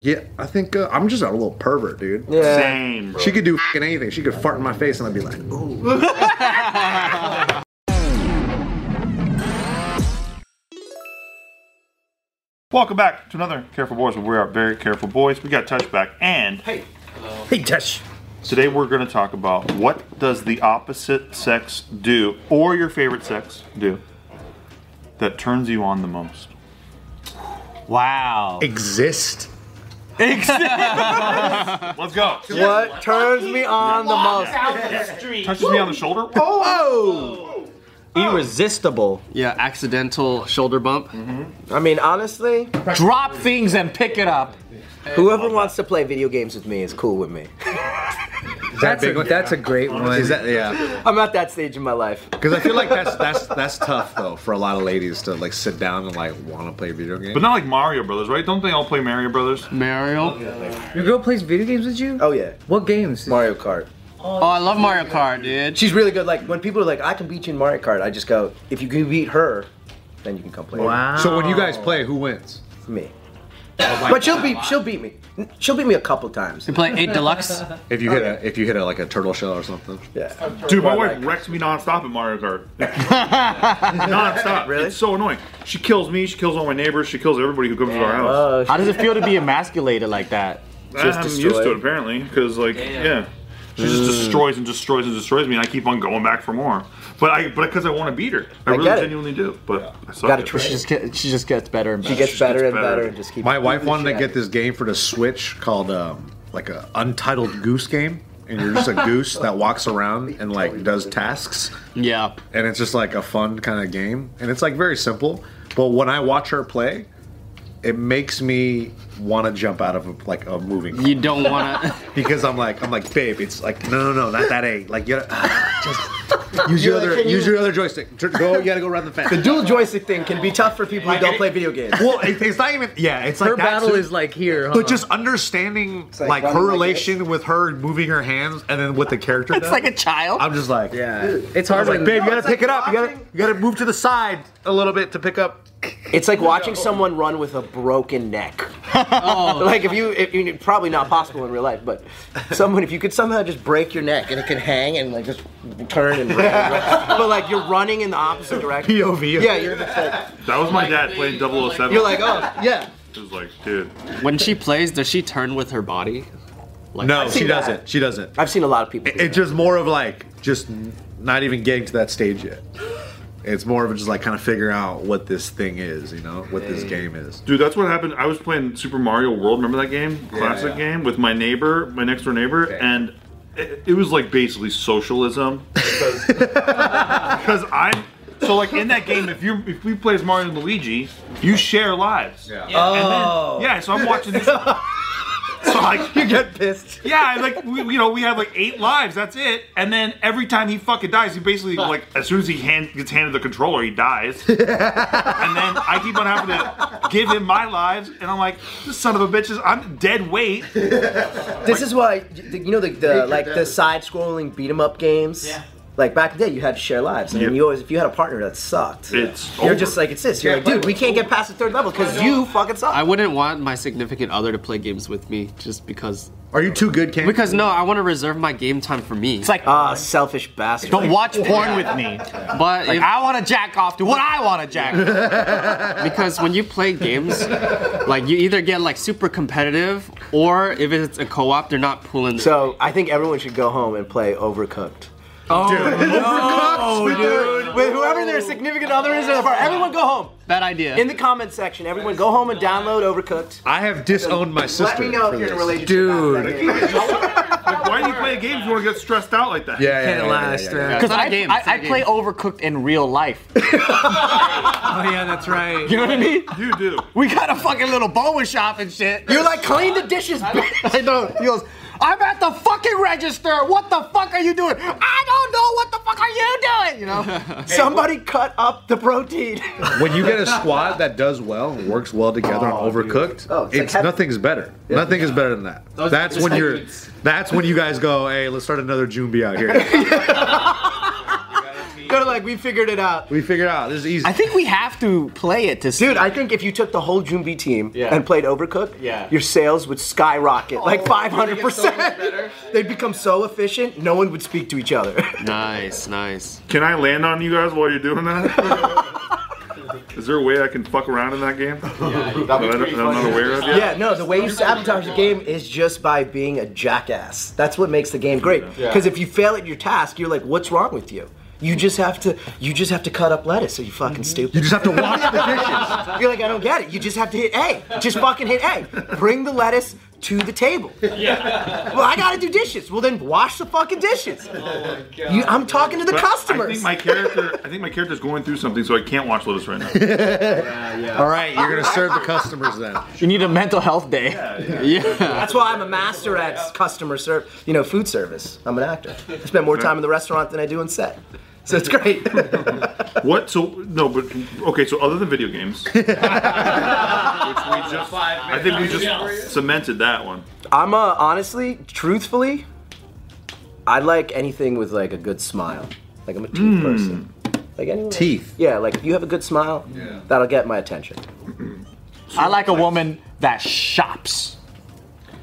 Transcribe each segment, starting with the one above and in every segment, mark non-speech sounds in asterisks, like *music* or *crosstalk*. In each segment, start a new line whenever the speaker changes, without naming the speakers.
Yeah, I think uh, I'm just a little pervert, dude.
Yeah.
Same, bro.
She could do fucking anything. She could fart in my face and I'd be like, ooh.
Welcome back to another Careful Boys, where we are very careful boys. We got touchback, and hey,
Hey, Tesh.
today we're going to talk about what does the opposite sex do, or your favorite sex do, that turns you on the most.
Wow.
exist.
Let's go.
What turns me on the most?
Touches me on the shoulder. Oh,
Oh. Irresistible.
Yeah, accidental shoulder bump.
Mm-hmm. I mean, honestly,
Drop things and pick it up.
whoever wants to play video games with me is cool with me.
that
That's a,
big one?
that's a great one.
Is that yeah?
I'm at that stage in my life.
Because I feel like that's that's that's tough though for a lot of ladies to like sit down and like want to play video games.
but not like Mario Brothers, right? Don't they all play Mario Brothers?
Mario.
Your girl plays video games with you?
Oh yeah,
What games?
Mario Kart.
Oh, I love Mario Kart, dude.
She's really good. Like when people are like, "I can beat you in Mario Kart," I just go, "If you can beat her, then you can come play
Wow.
so when you guys play, who wins?
with me." but she'll beat she'll beat me. She'll beat me a couple times.
You play eight deluxe.
If you hit a if you hit a like a turtle shell or something.
Yeah.
Dude, my
Well,
wife
like-
wrecks me nonstop at Mario *laughs* Kart. nonstop.
Really?
It's so annoying. She kills me. She kills all my neighbors. She kills everybody who comes to our house.
Oh,
How does it feel to be emasculated like that?
just
I'm used
destroyed.
to it apparently because like yeah, she just destroys and destroys and destroys me, and I keep on going back for more. But I but because I want to beat her, I, really
get it.
genuinely do. But I suck
Gotta
at
try.
it.
She just gets, she just gets better and better.
she gets better and
better.
better and just keeps.
My wife
beating the
wanted to
shit out
get
of you.
this game for the Switch called um, like a Untitled Goose Game, and you're just a goose that walks around and like does tasks,
*laughs* Yeah.
and it's just like a fun kind of game, and it's like very simple. But when I watch her play, it makes me want to jump out of like a moving car
You don't want to.
because I'm like I'm like babe, it's like no no no not that egg like you gotta-
*laughs*
just use your
You're like,
other
can you-
use your other joystick Tur- go you gotta go around the fence.
The dual joystick thing can be tough for people who don't play video games.
Well, it, it's not even yeah, it's like
Her
that
battle
too.
is like here. Huh?
But just understanding
uh,
like,
like
her
running like
relation with her moving her hands and then what the character
*laughs* It's
does.
like a child.
I'm just like
yeah, it's hard.
like,
when-
babe, you gotta
it's
pick
like
it up. You gotta
watching-
you gotta move to the side a little bit to pick up.
It's like watching someone run with a broken *laughs* neck. Like if you, if you, probably not possible in real life, but someone if you could somehow just break your neck and it can hang and like just turn and. *laughs* but like you're running in the opposite direction.
POV.
Yeah, you're just like
That was my dad playing 007.
you're like oh yeah.
it was like dude,
when she plays, does she turn with her body? Like,
No,
seen
she
that.
doesn't. She doesn't.
I've seen a lot of people. do
It's just more of like just not even getting to that stage yet. It's more of just like kind of figure out what this thing is, you know, what this game is.
dude, that's what happened. I was playing Super Mario World. Remember that game, classic
yeah.
game with my neighbor, my next door neighbor, and. It, it was like basically socialism because I so like in that game if you if we play as Mario and Luigi you share lives
Yeah.
oh yeah so I'm watching this so like
that. You get pissed.
Yeah, like we, you know, we have like eight lives. That's it. And then every time he fucking dies, he basically like as soon as he hand, gets handed the controller, he dies. and then I keep on having to give him my lives, and I'm like, this son of a bitch is I'm dead weight.
This is why you know the, the like the side-scrolling beat 'em up games. Yeah. Like back in the day, you had to share lives, and
Yeah.
you always if you had a partner that sucked.
It's
You're
over.
just like it's this. You're like, dude, we can't get past the third level because you fucking suck.
I wouldn't want my significant other to play games with me just because.
Are you too good, Ken? *laughs*
Because no, I want to reserve my game time for me. It's
like-
Ah, selfish bastard.
Don't watch porn with me.
but
Like,
if-
I want to jack off to what I want to jack off.
*laughs* because when you play games, like you either get like super competitive, or if it's a co-op, they're not pulling.
So I think everyone should go home and play Overcooked.
no,
With whoever their significant other is, or their partner, everyone go home.
bad idea.
In the comment section, everyone go home and download Overcooked.
I have disowned my sister.
Let me know
for
if you're in a
this.
relationship.
Dude.
after that game.
Like, why do you play a game if you want to get stressed out like that?
Yeah, yeah,
Can't
yeah, yeah,
last.
yeah,
uh,
It's not a
I,
game,
I,
it's not a
I play
game.
Overcooked in real life.
Oh yeah, that's right.
You know what I mean?
you do.
We got a fucking little boba shop and shit.
You're like, clean the dishes, bitch.
*laughs*
I know. He goes, I'm at the fucking register. What the fuck are you doing? I don't know. What the fuck are you doing? You know?
*laughs*
Somebody cut up the protein. *laughs*
when you get a squad that does well and works well together on overcooked,
Oh,
it's,
it's like heaven.
nothing's better. Nothing is better than that. that's when you're.
*laughs*
That's when you guys go. Hey, let's start another Jumbi out here.
kind of like we figured it out.
We figured it out. This is easy.
I think we have to play it to see.
Dude, I think if you took the whole June B team
Yeah.
and played Overcook,
Yeah. Oh,
your sales would skyrocket like 500%.
get so much better.
*laughs* They'd become so efficient, no one would speak to each other. *laughs*
nice, nice.
Can I land on you guys while you're doing that? *laughs* Is there a way I can fuck around in that game that I don't- that I'm not aware of yet?
Yeah, no, the way you sabotage the game is just by being a jackass. That's what makes the game great. Because if you fail at your task, you're like, what's wrong with you? You just have to you just have to cut up lettuce, are you fucking stupid?
you just have to wash the dishes.
You're like, I don't get it. You just have to hit A. Just fucking hit A. Bring the lettuce to the table. *laughs* Yeah. Well, I gotta do dishes. Well, then wash the fucking dishes. Oh my god. You, I'm talking to the
But
customers.
I think my character, I think my character's going through something, so I can't watch Lotus right now.
All right, you're gonna *laughs* serve the customers then.
You need a mental health day. Yeah.
That's why I'm a master at customer service. You know, food service. I'm an actor. I spend more time in the restaurant than I do on set. So it's great.
What? So no, but okay. So other than video games, which we just, I think we just cemented that one.
I'm uh, honestly, truthfully, I like anything with like a good smile. Like I'm a teeth
Hmm.
person. Like anyone.
Teeth.
Yeah, like if you have a good smile, that'll get my attention.
I like a woman that shops.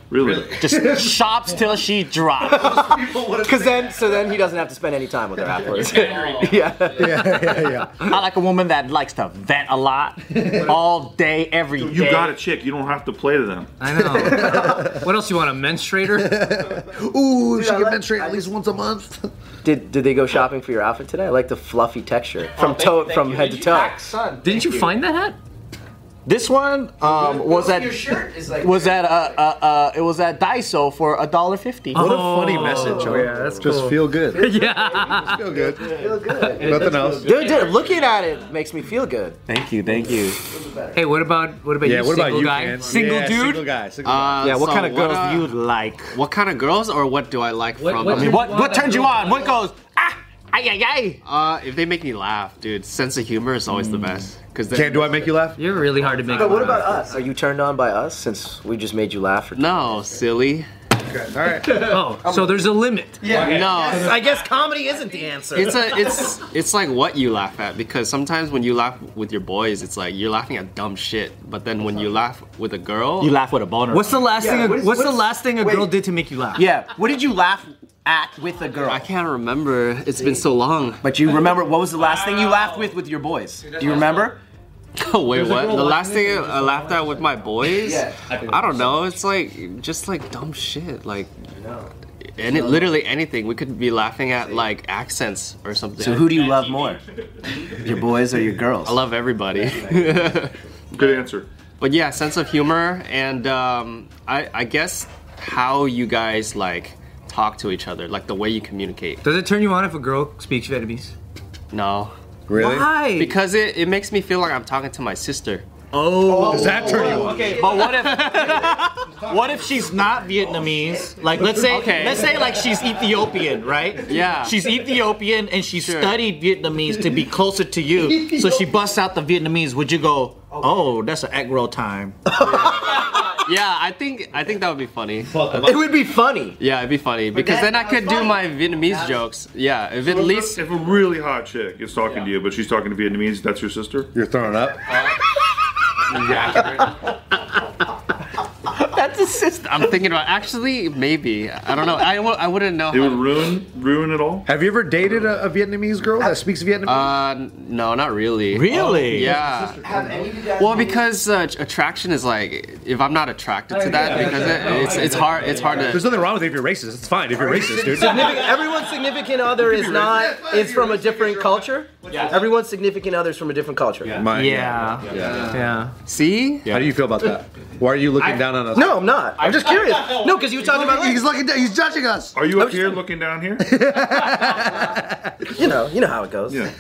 Really?
Just shops till she drops.
Because then, so then he doesn't have to spend any time with *laughs* her afterwards.
Yeah, *laughs* yeah, yeah.
I like a woman that likes to vent a lot, all day, every day.
You got a chick. You don't have to play to them.
I know. *laughs* what else you want? A menstruator?
Ooh, she
I
can
like-
menstruate
I
at least once a *laughs* month.
Did did they go shopping for your outfit today? I like the fluffy texture from toe from head to toe.
Didn't you find that hat?
This one um, was at was at uh, uh, uh, it was at Daiso for a dollar fifty.
What a
Uh-huh.
funny message. Oh,
yeah, that's
Just
cool.
feel good.
*laughs* Yeah.
Feel good. Feel good. Nothing else.
Dude, dude, looking at it makes me feel good.
Thank you, thank you.
Hey, what about what about
Yeah,
you,
what about
single
you,
guy?
man?
Single
Yeah,
dude?
Single guy. Single guy.
Uh, so uh,
like?
What kind of girls or what do I like
What-
from?
what
I mean,
you-
What what turns you on? What goes? Ah, ay ay ay.
uh, if they make me laugh, dude, sense of humor is always the
Hmm.
best. Because
Can't, do I make you laugh?
You're really hard to make.
But what
fun
about
of.
us? Are you turned on by us since we just made you laugh? For-
No, silly.
All right.
Oh, so there's a limit.
No,
I guess comedy isn't the answer.
it's a it's it's like what you laugh at because sometimes when you laugh with your boys, it's like you're laughing at dumb shit. But then when you laugh with a girl,
You laugh with a boner.
What's the last
Yeah,
thing? A,
what is-
what's
what
the
is-
last thing a
wait.
girl did to make you laugh?
yeah. What did you laugh at with a
I
girl?
can't remember. It's been so long. *laughs*
But you remember what was the last thing you laughed with with your boys? Do you remember?
Oh wait, what? The last thing I laughed at with my boys? I don't know. It's like just like dumb shit. Like, and it literally anything. We could be laughing at like accents or something.
So who do you love more? Your boys or your girls?
I love everybody.
Good answer.
*laughs* but yeah, sense of humor and um, I, I guess how you guys like talk to each other, like the way you communicate.
Does it turn you on if a girl speaks Vietnamese?
No,
Really?
Why?
because it, it makes me feel like I'm talking to my sister.
Does that turn you on?
Okay, but what if what if she's not Vietnamese? Like let's say
Okay.
let's say like she's Ethiopian, right?
Yeah.
She's Ethiopian and she
Sure.
studied Vietnamese to be closer to you. So she busts out the Vietnamese. Would you go? Oh, that's an egg roll time.
Oh, Yeah, I think I think that would be funny.
it would be funny.
Yeah, it'd be funny because then I could do my Vietnamese jokes. Yeah, if at least
if a really hot chick is talking to you, but she's talking to Vietnamese, that's your sister.
You're throwing up.
that's a system. I'm thinking about actually maybe I don't know. I w- I wouldn't know.
It would
How,
ruin ruin it all.
Have you ever dated a, a Vietnamese girl that speaks Vietnamese?
uh, no, not really.
Really?
Yeah. Well, because uh, attraction is like if I'm not attracted
Oh,
to that, because it, it's it's hard it's hard
There's
to.
nothing wrong with it if you're racist. It's fine if you're racist, dude.
Significant- Everyone's significant other is not is from a different culture. Everyone's significant other is from a different culture.
Mine.
Yeah. Yeah.
See?
How do you feel about that? Why are you looking down on us?
No, I'm not. I'm just curious. No, because you were talking about like,
He's looking down. He's judging us.
Are you up here looking down here?
you know, you know how it goes.
Yeah.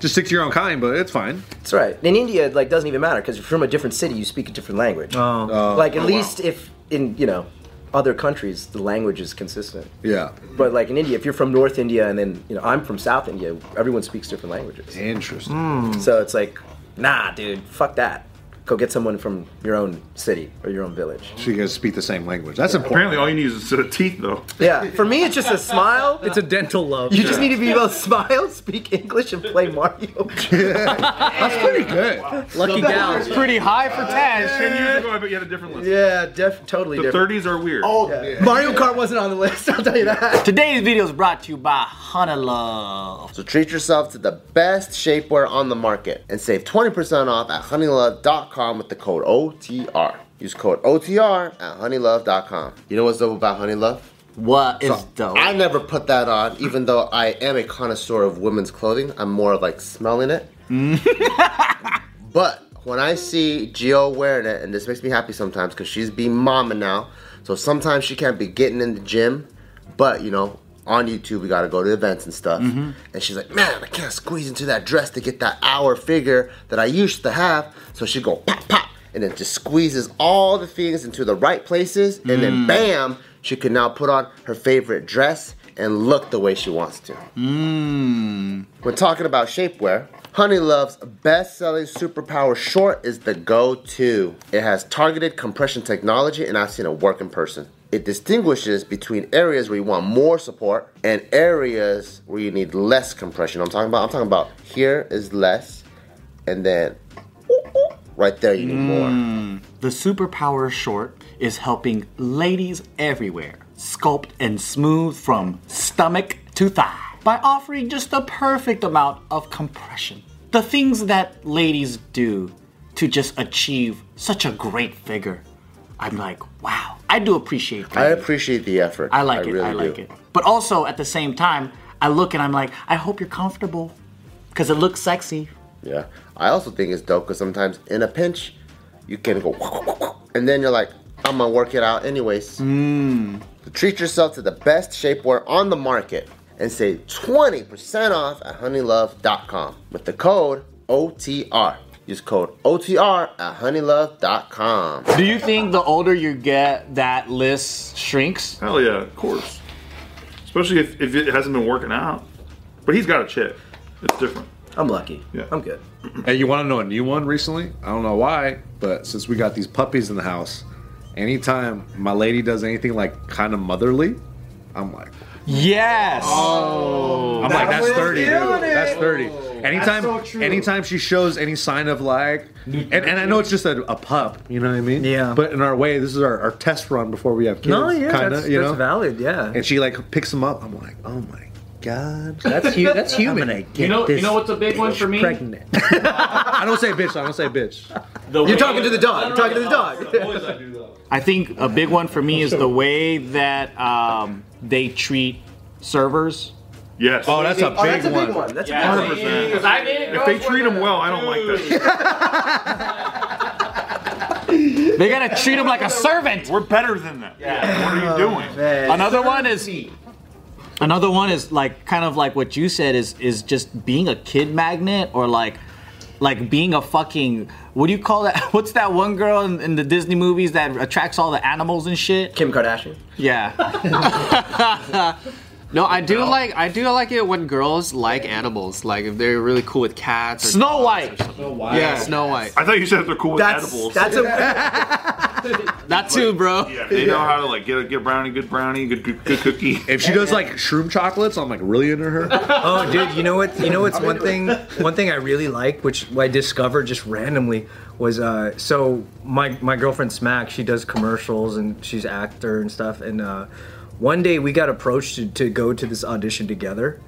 Just stick to your own kind, but it's fine.
That's right. In India, it like doesn't even matter because you're from a different city, you speak a different language. Oh. like at least if in you know other countries the language is consistent.
Yeah.
But like in India, if you're from North India and then you know I'm from South India, everyone speaks different languages.
Interesting.
So it's like, nah, dude, fuck that.
Go get someone from your own city or your own village.
So you guys speak the same language. That's important.
Apparently, all you need is a set of teeth, though.
Yeah, *laughs* for me, it's just a smile.
*laughs*
It's a dental love.
you just need to be able to smile, speak English, and play Mario.
That's pretty good.
lucky gal.
Pretty high for Tash.
Ten years ago, I bet you had a different list.
yeah, def- totally
The
different.
30s are weird.
Oh.
Mario Kart wasn't on the list, *laughs* I'll tell you that.
Today's video is brought to you by Hana Love.
So treat yourself to the best shapewear on the market and save 20% off at honeylove.com with the code OTR. Use code OTR at honeylove.com. You know what's dope about Honeylove?
What is dope?
I never put that on, even though I am a connoisseur of women's clothing. I'm more of like smelling it. but when I see Gio wearing it, and this makes me happy sometimes because she's be mama now, so sometimes she can't be getting in the gym. But you know, on YouTube we gotta go to events and stuff, and she's like, man, I can't squeeze into that dress to get that hour figure that I used to have. So she go pop pop, and then just squeezes all the things into the right places, and then bam, she can now put on her favorite dress and look the way she wants to. When talking about shapewear, Honey Love's best selling superpower short is the go to. It has targeted compression technology, and I've seen it work in person. It distinguishes between areas where you want more support and areas where you need less compression. I'm talking about I'm talking about here is less and then right there you need
Mm.
more.
The superpower short is helping ladies everywhere sculpt and smooth from stomach to thigh by offering just the perfect amount of compression. The things that ladies do to just achieve such a great figure. I'm like, wow. I do appreciate that.
I appreciate the effort.
I like it.
really
I like
do.
it. But also at the same time, I look and I'm like, I hope you're comfortable because it looks sexy.
Yeah. I also think it's dope because sometimes in a pinch, you can go, *laughs* and then you're like, I'm gonna work it out anyways. Mm. Treat yourself to the best shapewear on the market and save 20% off at honeylove.com with the code OTR. Use code OTR at honeylove.com.
Do you think the older you get, that list shrinks?
Hell yeah, of course. Especially if, if it hasn't been working out. But he's got a chick. It's different.
I'm lucky.
Yeah.
I'm good.
Hey, you want to know a new one recently? I don't know why, but since we got these puppies in the house, anytime my lady does anything like kind of motherly, I'm like,
Yes.
Oh,
I'm like, that's thirty, dude.
doing it.
That's thirty. Anytime,
so true.
anytime she shows any sign of like, and, and I know it's just a, a pup, you know what I mean?
Yeah.
But in our way, this is our, our test run before we have kids.
No, yeah,
kinda,
that's,
you
that's
know?
valid. Yeah,
And she like picks them up. I'm like, oh my god,
that's hu-
*laughs*
that's human.
You know, you know what's a big one for me?
Pregnant.
I don't say bitch. I don't say bitch.
You're talking to the
dog. You're talking to the dog.
I think a big one for me is the way that um, they treat servers.
Yes.
Oh, that's a big,
Oh, that's a
one.
big one. That's a big one.
100%. If they treat him well, I don't like that.
They gotta treat them like a servant.
We're better than that. What are you doing?
Another one is another one is like kind of like what you said is is just being a kid magnet or like like being a fucking what do you call that? *laughs* What's that one girl in, in the Disney movies that attracts all the animals and shit?
Kim Kardashian.
Yeah.
No, I do like I do like it when girls like animals. Like if they're really cool with cats. Or
Snow White.
Yeah, Snow White.
I thought you said if they're cool with
That's,
edibles.
that's a
That too, bro.
yeah, they know how to like get a good brownie, good brownie, good good, good cookie.
If she does like shroom chocolates, I'm like really into her.
Oh, dude, you know what? You know what's one thing? One thing I really like, which I discovered just randomly, was uh, so my my girlfriend Smack. She does commercials and she's actor and stuff. And uh, one day we got approached to, to go to this audition together,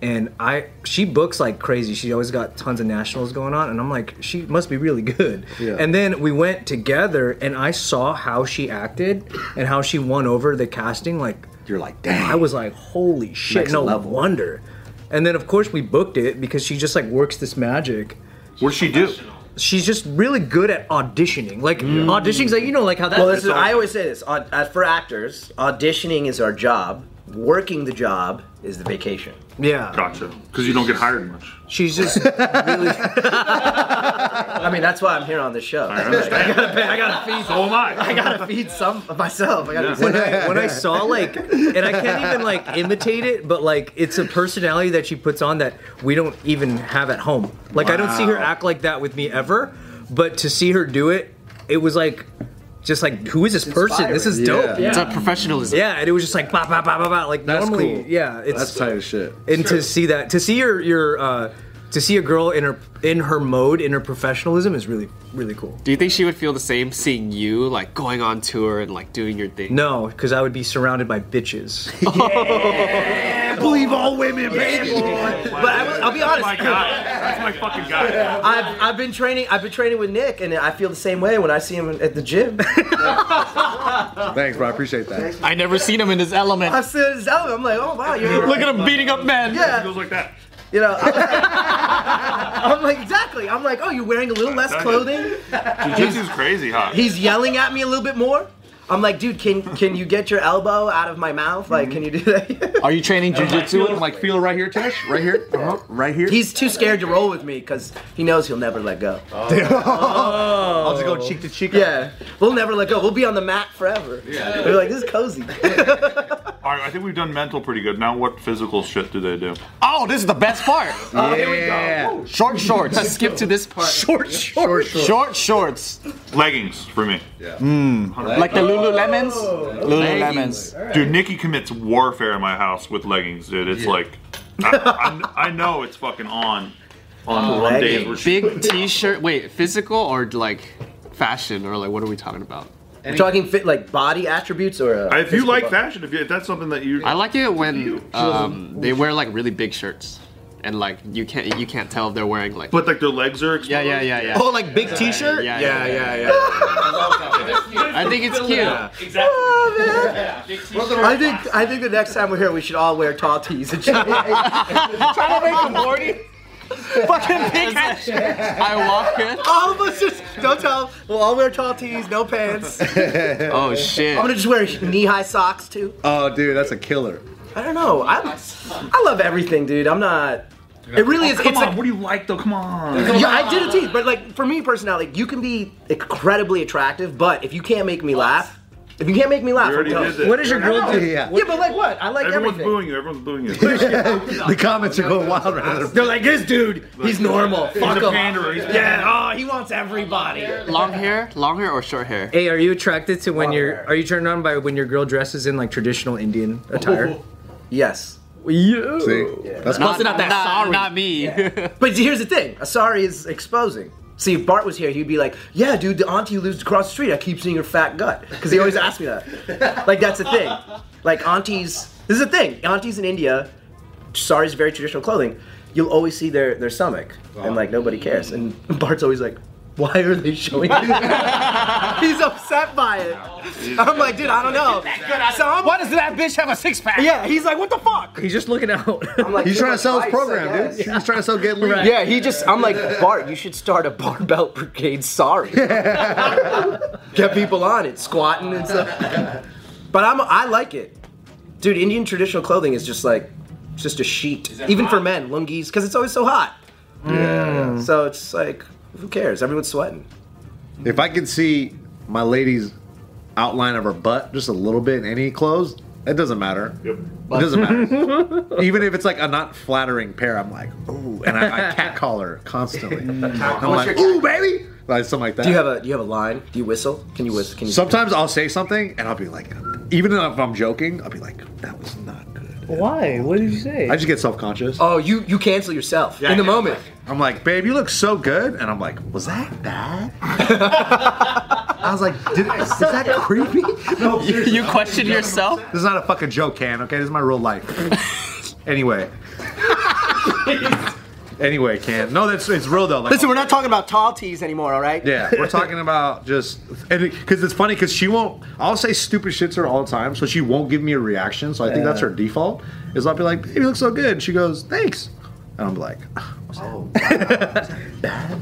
and I she books like crazy. She always got tons of nationals going on, and I'm like, she must be really good.
Yeah.
And then we went together, and I saw how she acted and how she won over the casting. Like
You're like, dang.
I was like, holy shit,
Next
no
level.
wonder. And then of course we booked it because she just like works this magic.
What'd she do?
She's just really good at auditioning. Like
Mm.
auditioning's like you know like how that.
Well, this is, I always say this au- uh, for actors: auditioning is our job. Working the job is the vacation.
yeah.
Gotcha. Because you don't get hired much.
She's
*laughs*
just really
I mean, that's why I'm here on this show.
I understand.
I gotta feed.
Oh,
so am I.
*laughs* I gotta feed some of myself. I gotta.
Yeah.
when I when I saw like and I can't even like imitate it, but like it's a personality that she puts on that we don't even have at home. Like I don't see her act like that with me ever. But to see her do it, it was like, just like, who is this person? This is
inspiring.
dope.
Yeah.
Yeah.
It's a professionalism.
and it was just like, bah, bah, bah, bah, bah. like
That's
normally,
cool.
yeah, it's
That's tight as shit.
and to see that to see your your uh to see a girl in her in her mode in her professionalism is really really cool
Do you think she would feel the same seeing you like going on tour and like doing your thing?
no because i would be surrounded by bitches
Believe all women, baby.
But I, will- I'll be honest.
my guy. That's my fucking guy.
I've, I've been training. I've been training with Nick, and I feel the same way when I see him at the gym. *laughs*
Thanks, bro. I appreciate that.
I never seen him in his element.
I see his album. I'm like, oh wow, you're
Look at him beating up men.
It
yeah.
goes like that.
You know, I'm like, *laughs* I'm like, exactly. I'm like, oh, you're wearing a little less clothing.
Jujitsu's crazy, huh?
He's yelling at me a little bit more. I'm like, dude, can can you get your elbow out of my mouth? Like, can you do that? *laughs*
Are you training jujitsu?
I'm like, feel right here, Tash. Right here.
*laughs*
Uh-huh. Right here.
He's too scared to roll with me because he knows he'll never let go.
I'll just go cheek to cheek.
Yeah, we'll never let go. We'll be on the mat forever. Yeah. We're like, this is cozy.
All right, I think we've done mental pretty good. Now, what physical shit do they do?
Oh, this is the best part.
Oh, here we go.
Short shorts.
Let's *laughs* skip to this part.
Short shorts. Short shorts.
Leggings for me.
Like the Lululemons. Lululemons.
Dude, Nikki commits warfare in my house with leggings, dude. It's like, I, I, I know it's fucking on. On, on days where she.
Big T-shirt. Wait, physical or like fashion or like what are we talking about?
We're talking fit like body attributes or. Uh,
If you like fashion, if, you, if that's something that you.
I like it when um, they wear like really big shirts and like you can't you can't tell if they're wearing like.
But like their legs are
yeah,
exposed.
yeah, yeah, yeah.
Oh, like big T-shirt.
yeah, yeah, yeah, *laughs* I think it's cute.
I think I think the next time we're here, we should all wear tall tees. And shit.
Fucking *laughs* big ass. I walk in.
all of us just don't tell. We'll all wear tall tees, no pants. I'm
Oh shit.
gonna just wear knee-high socks too.
Oh, dude, that's a killer.
I don't know. I I love everything, dude. I'm not. It really is.
Come
it's
on,
like
what do you like though? Come on.
Yeah, I did a tease, but like for me personally, like, you can be incredibly attractive, but if you can't make me laugh, if you can't make me laugh,
We already
I'm
did
done.
this.
what is your girl do
Yeah.
yeah, but like what? I like
Everyone's
everything.
booing you. Everyone's booing you. He's *laughs*
The comments are going wild right now.
They're like this dude. He's normal.
a
Fuck him.
panderer. He's
Yeah. Oh, he wants everybody.
Long hair, long hair or short hair?
*laughs* hey are you attracted to when you're are you turned on by when your girl dresses in like traditional indian attire
Yes.
yeah.
Oh. See, that's
Not,
not that
not,
sorry.
not me.
But here's the thing. Asari is exposing. See, if Bart was here, he'd be like, "Yeah, dude, the auntie who lives across the street. I keep seeing her fat gut." Because he always asks me that. Like that's the thing. Like aunties. This is the thing. Aunties in India, Asari's very traditional clothing. You'll always see their their stomach, and like nobody cares. And *laughs* Bart's always like. Why are they showing it? *laughs* He's upset by it. I'm like, dude, I don't know. Some-
Why does that bitch have a six pack?
Yeah, he's like, what the fuck?
he's just looking out
I'm like,
He's
"Give
trying to
us
sell his
ice, I
program,
guess."
dude. He's trying to sell get lead.
Yeah, he just. I'm like Bart. You should start a barbell
*laughs*
brigade. Sorry. Get people on it, squatting and stuff. But I'm. I like it, dude. Indian traditional clothing is just like, it's just a sheet, even for men, lungis, because it's always so hot. Yeah. So it's like, who cares? Everyone's sweating.
If I could see my lady's outline of her butt just a little bit in any clothes, it doesn't matter. It doesn't matter. Even if it's like a not flattering pair, I'm like, ooh, and I, I cat call her constantly. I'm like, ooh, baby, like something like that.
Do you have a? Do you have a line? Do you whistle? Can you whistle? Can you?
Sometimes I'll say something and I'll be like, even if I'm joking, I'll be like, that was not good.
why what did you say
I just get self conscious.
oh, you you cancel yourself in the moment.
I'm like, babe, you look so good, and I'm like, was that
*laughs*
bad? I was like, Did, is that creepy? No, seriously.
*laughs* You *laughs* question yourself?
This is not a fucking joke, Can. Okay, this is my real life.
*laughs*
anyway. anyway, Can. No, that's it's real though. Like,
Listen, we're not talking about tall tees anymore. All right.
yeah,
*laughs*
we're talking about just because it's funny because she won't. I'll say stupid shit to her all the time, so she won't give me a reaction. So I think that's her default. Is I'll be like, "Baby, you look so good," and she goes, "Thanks," and I'm like, *laughs*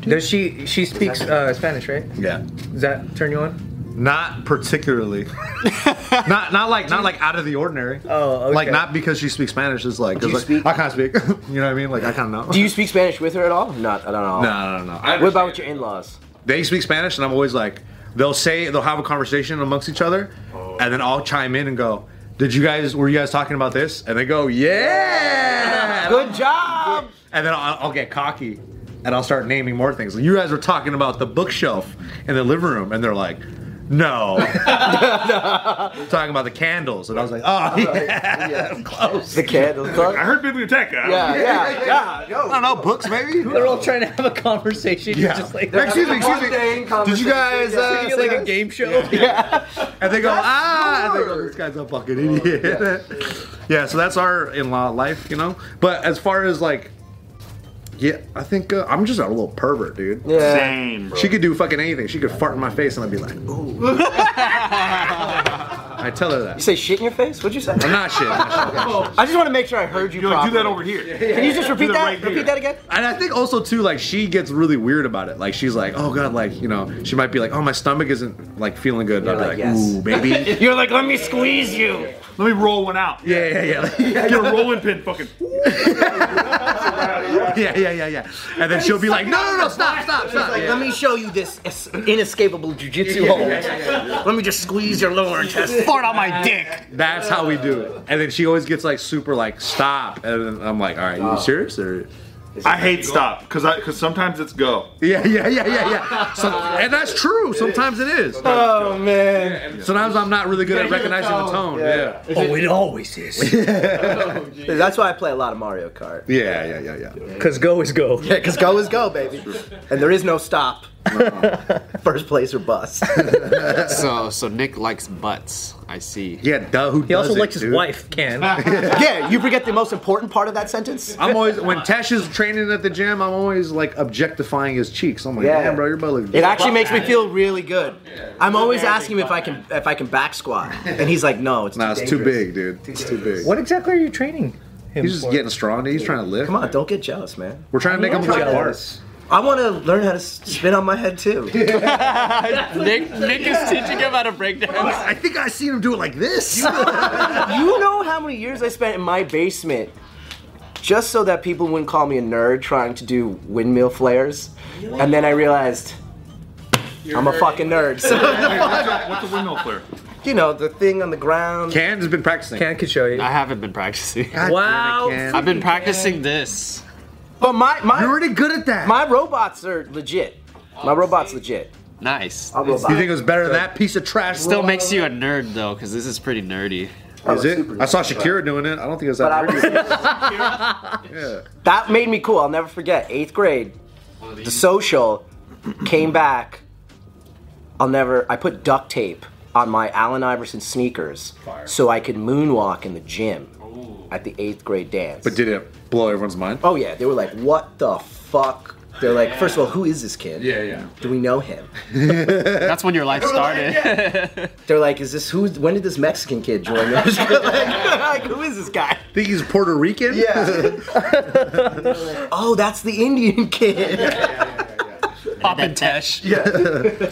does she she speaks uh, spanish right
"Yeah,
does that turn you on
not particularly, *laughs* not not like not like out of the ordinary.
Oh, okay.
like not because she speaks Spanish. It's like, 'cause,
you
like,
speak-
I can't speak. *laughs* you know what I mean? Like I kind of know.
Do you speak Spanish with her at all? Not at all.
no, no, no. I
What about with your in-laws?
they speak Spanish, and I'm always like, they'll say they'll have a conversation amongst each other, and then I'll chime in and go, "Did you guys were you guys talking about this?" And they go, "Yeah,"
Good job.
and then I'll, I'll get cocky. and I'll start naming more things. You guys were talking about the bookshelf in the living room, and they're like, no. talking about the candles, and I was like, oh, yeah, *laughs* close.
The candle
I
club.
heard Biblioteca.
Yeah, yeah, yeah. Yo.
I don't know, books maybe?
They're all trying to have a conversation. Yeah.
Yeah.
Just like
excuse me, excuse me.
Mundane
Did you guys? Uh,
It's
say
like
that?
a game show.
*laughs* And they go, ah, and they go, this guy's a fucking idiot. Oh, *laughs* yeah. so that's our in-law life, you know. But as far as like, yeah, I think uh, I'm just a little pervert, dude.
Yeah.
Same, bro.
She could do fucking anything. She could fart in my face, and I'd be like, ooh. *laughs* I tell her
You
that.
say shit in your face? What'd you say?
I'm not shit. not shit.
I just want to make sure I heard you
You're like, do
properly.
that over here.
Can you just repeat
that
that?
right here.
repeat that again?
And I think also too, like she gets really weird about it. Like she's like, oh god, like you know, she might be like, oh my stomach isn't like feeling good. And I'd be like,
like, yes.
ooh, *laughs* baby.
You're like, let me squeeze you.
Let me roll one out.
yeah, yeah, yeah.
Get a rolling pin, *laughs* fucking.
Yeah, yeah, yeah, yeah. And then she'll be like, no, no, no, stop, stop, stop.
Like, let me show you this es- inescapable jujitsu hold. Let me just squeeze your lower intestine.
Fart on my dick.
That's how we do it. And then she always gets like super like, stop. And then I'm like, all right, you serious? Or
I hate stop because I because sometimes it's go.
Yeah, yeah, yeah, yeah, yeah. So, and that's true. Sometimes it is.
Oh man.
Sometimes I'm not really good at recognizing the tone. Yeah.
Oh, it always is.
That's why I play a lot of Mario Kart.
Yeah, yeah, yeah, yeah.
Cause go is go.
Yeah, because go is go, baby. And there is no stop. *laughs* First place or bust.
So so Nick likes butts. I see.
Yeah, duh, who
He also
does it, Ah.
likes his
dude?
wife, Ken.
*laughs* yeah, you forget the most important part of that sentence?
I'm always when Tesh is training at the gym. I'm always like objectifying his cheeks. I'm like,
Yeah.
damn, bro, your butt looks.
It actually makes me feel really good. I'm always asking him if I can if I can back squat, and he's like, "No, it's
nah,
too
it's too
dangerous."
big, dude. It's too big.
what exactly are you training him
He's just
for?
getting strong. dude. He's trying to lift.
Come on, don't get jealous, man.
We're trying to make him look like Bart.
I want to learn how to s- spin on my
*laughs*
head too.
Nick Nick is teaching him how to break dance.
I think I seen him do it like this.
You know how many years I spent in my basement just so that people wouldn't call me a nerd trying to do windmill flares? And then I realized I'm a fucking nerd. So,
What's a windmill flare?
you know, the thing on the ground.
Can's been practicing.
Ken could show you.
*laughs* I haven't been practicing. *laughs*
God damn it,
Wow.
Ken.
I've been practicing this.
But my
You're
my,
already good at that.
my robots are legit. My robot's legit.
Nice.
My robot.
you think it was better than that piece of trash?
Still makes you a nerd though, because this is pretty nerdy.
Is it? I saw Shakira doing it. I don't think it was
But I
that.
was,
weird.
that made me cool. I'll never forget. Eighth grade, the social came back. I'll never. I put duct tape on my Allen Iverson sneakers so I could moonwalk in the gym at the eighth grade dance.
But did it blow everyone's mind?
oh yeah, they were like, "What the fuck." They're like, first of all, who is this kid? Yeah, yeah. Do we know him?
That's when your life started.
They're like, is this who? When did this Mexican kid join us? *laughs* like, who is this guy?
Think he's Puerto Rican?
Yeah. *laughs* oh, that's the Indian kid.
Pop and Tesh.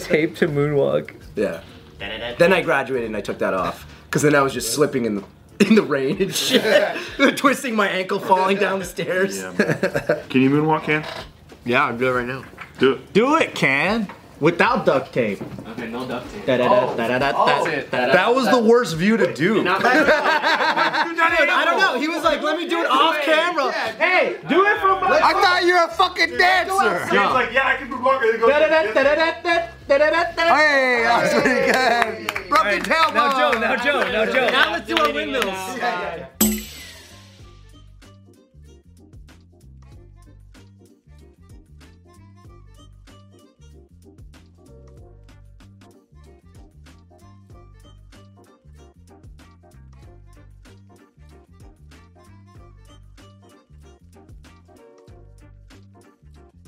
Tape to moonwalk.
Yeah. Then I graduated and I took that off because then I was just slipping in the *laughs* in the rain and shit, *laughs* twisting my ankle, falling down the stairs. *laughs*
Can you moonwalk, Can?
Yeah, I'm doing it right now.
Do it.
Do it, can. Without duct tape.
Okay, no duct tape. Oh.
That's
That was the worst view to do.
I don't know. He was like, "Let me do it off camera."
Hey, do it
*laughs*
from my.
I thought you were a fucking dancer.
He's like, yeah, I can moonwalk. And he goes,
Oh, Hey, that's pretty good. Broken tailbone.
Now Joe, now Joe, now Joe.
Now let's do our windmills.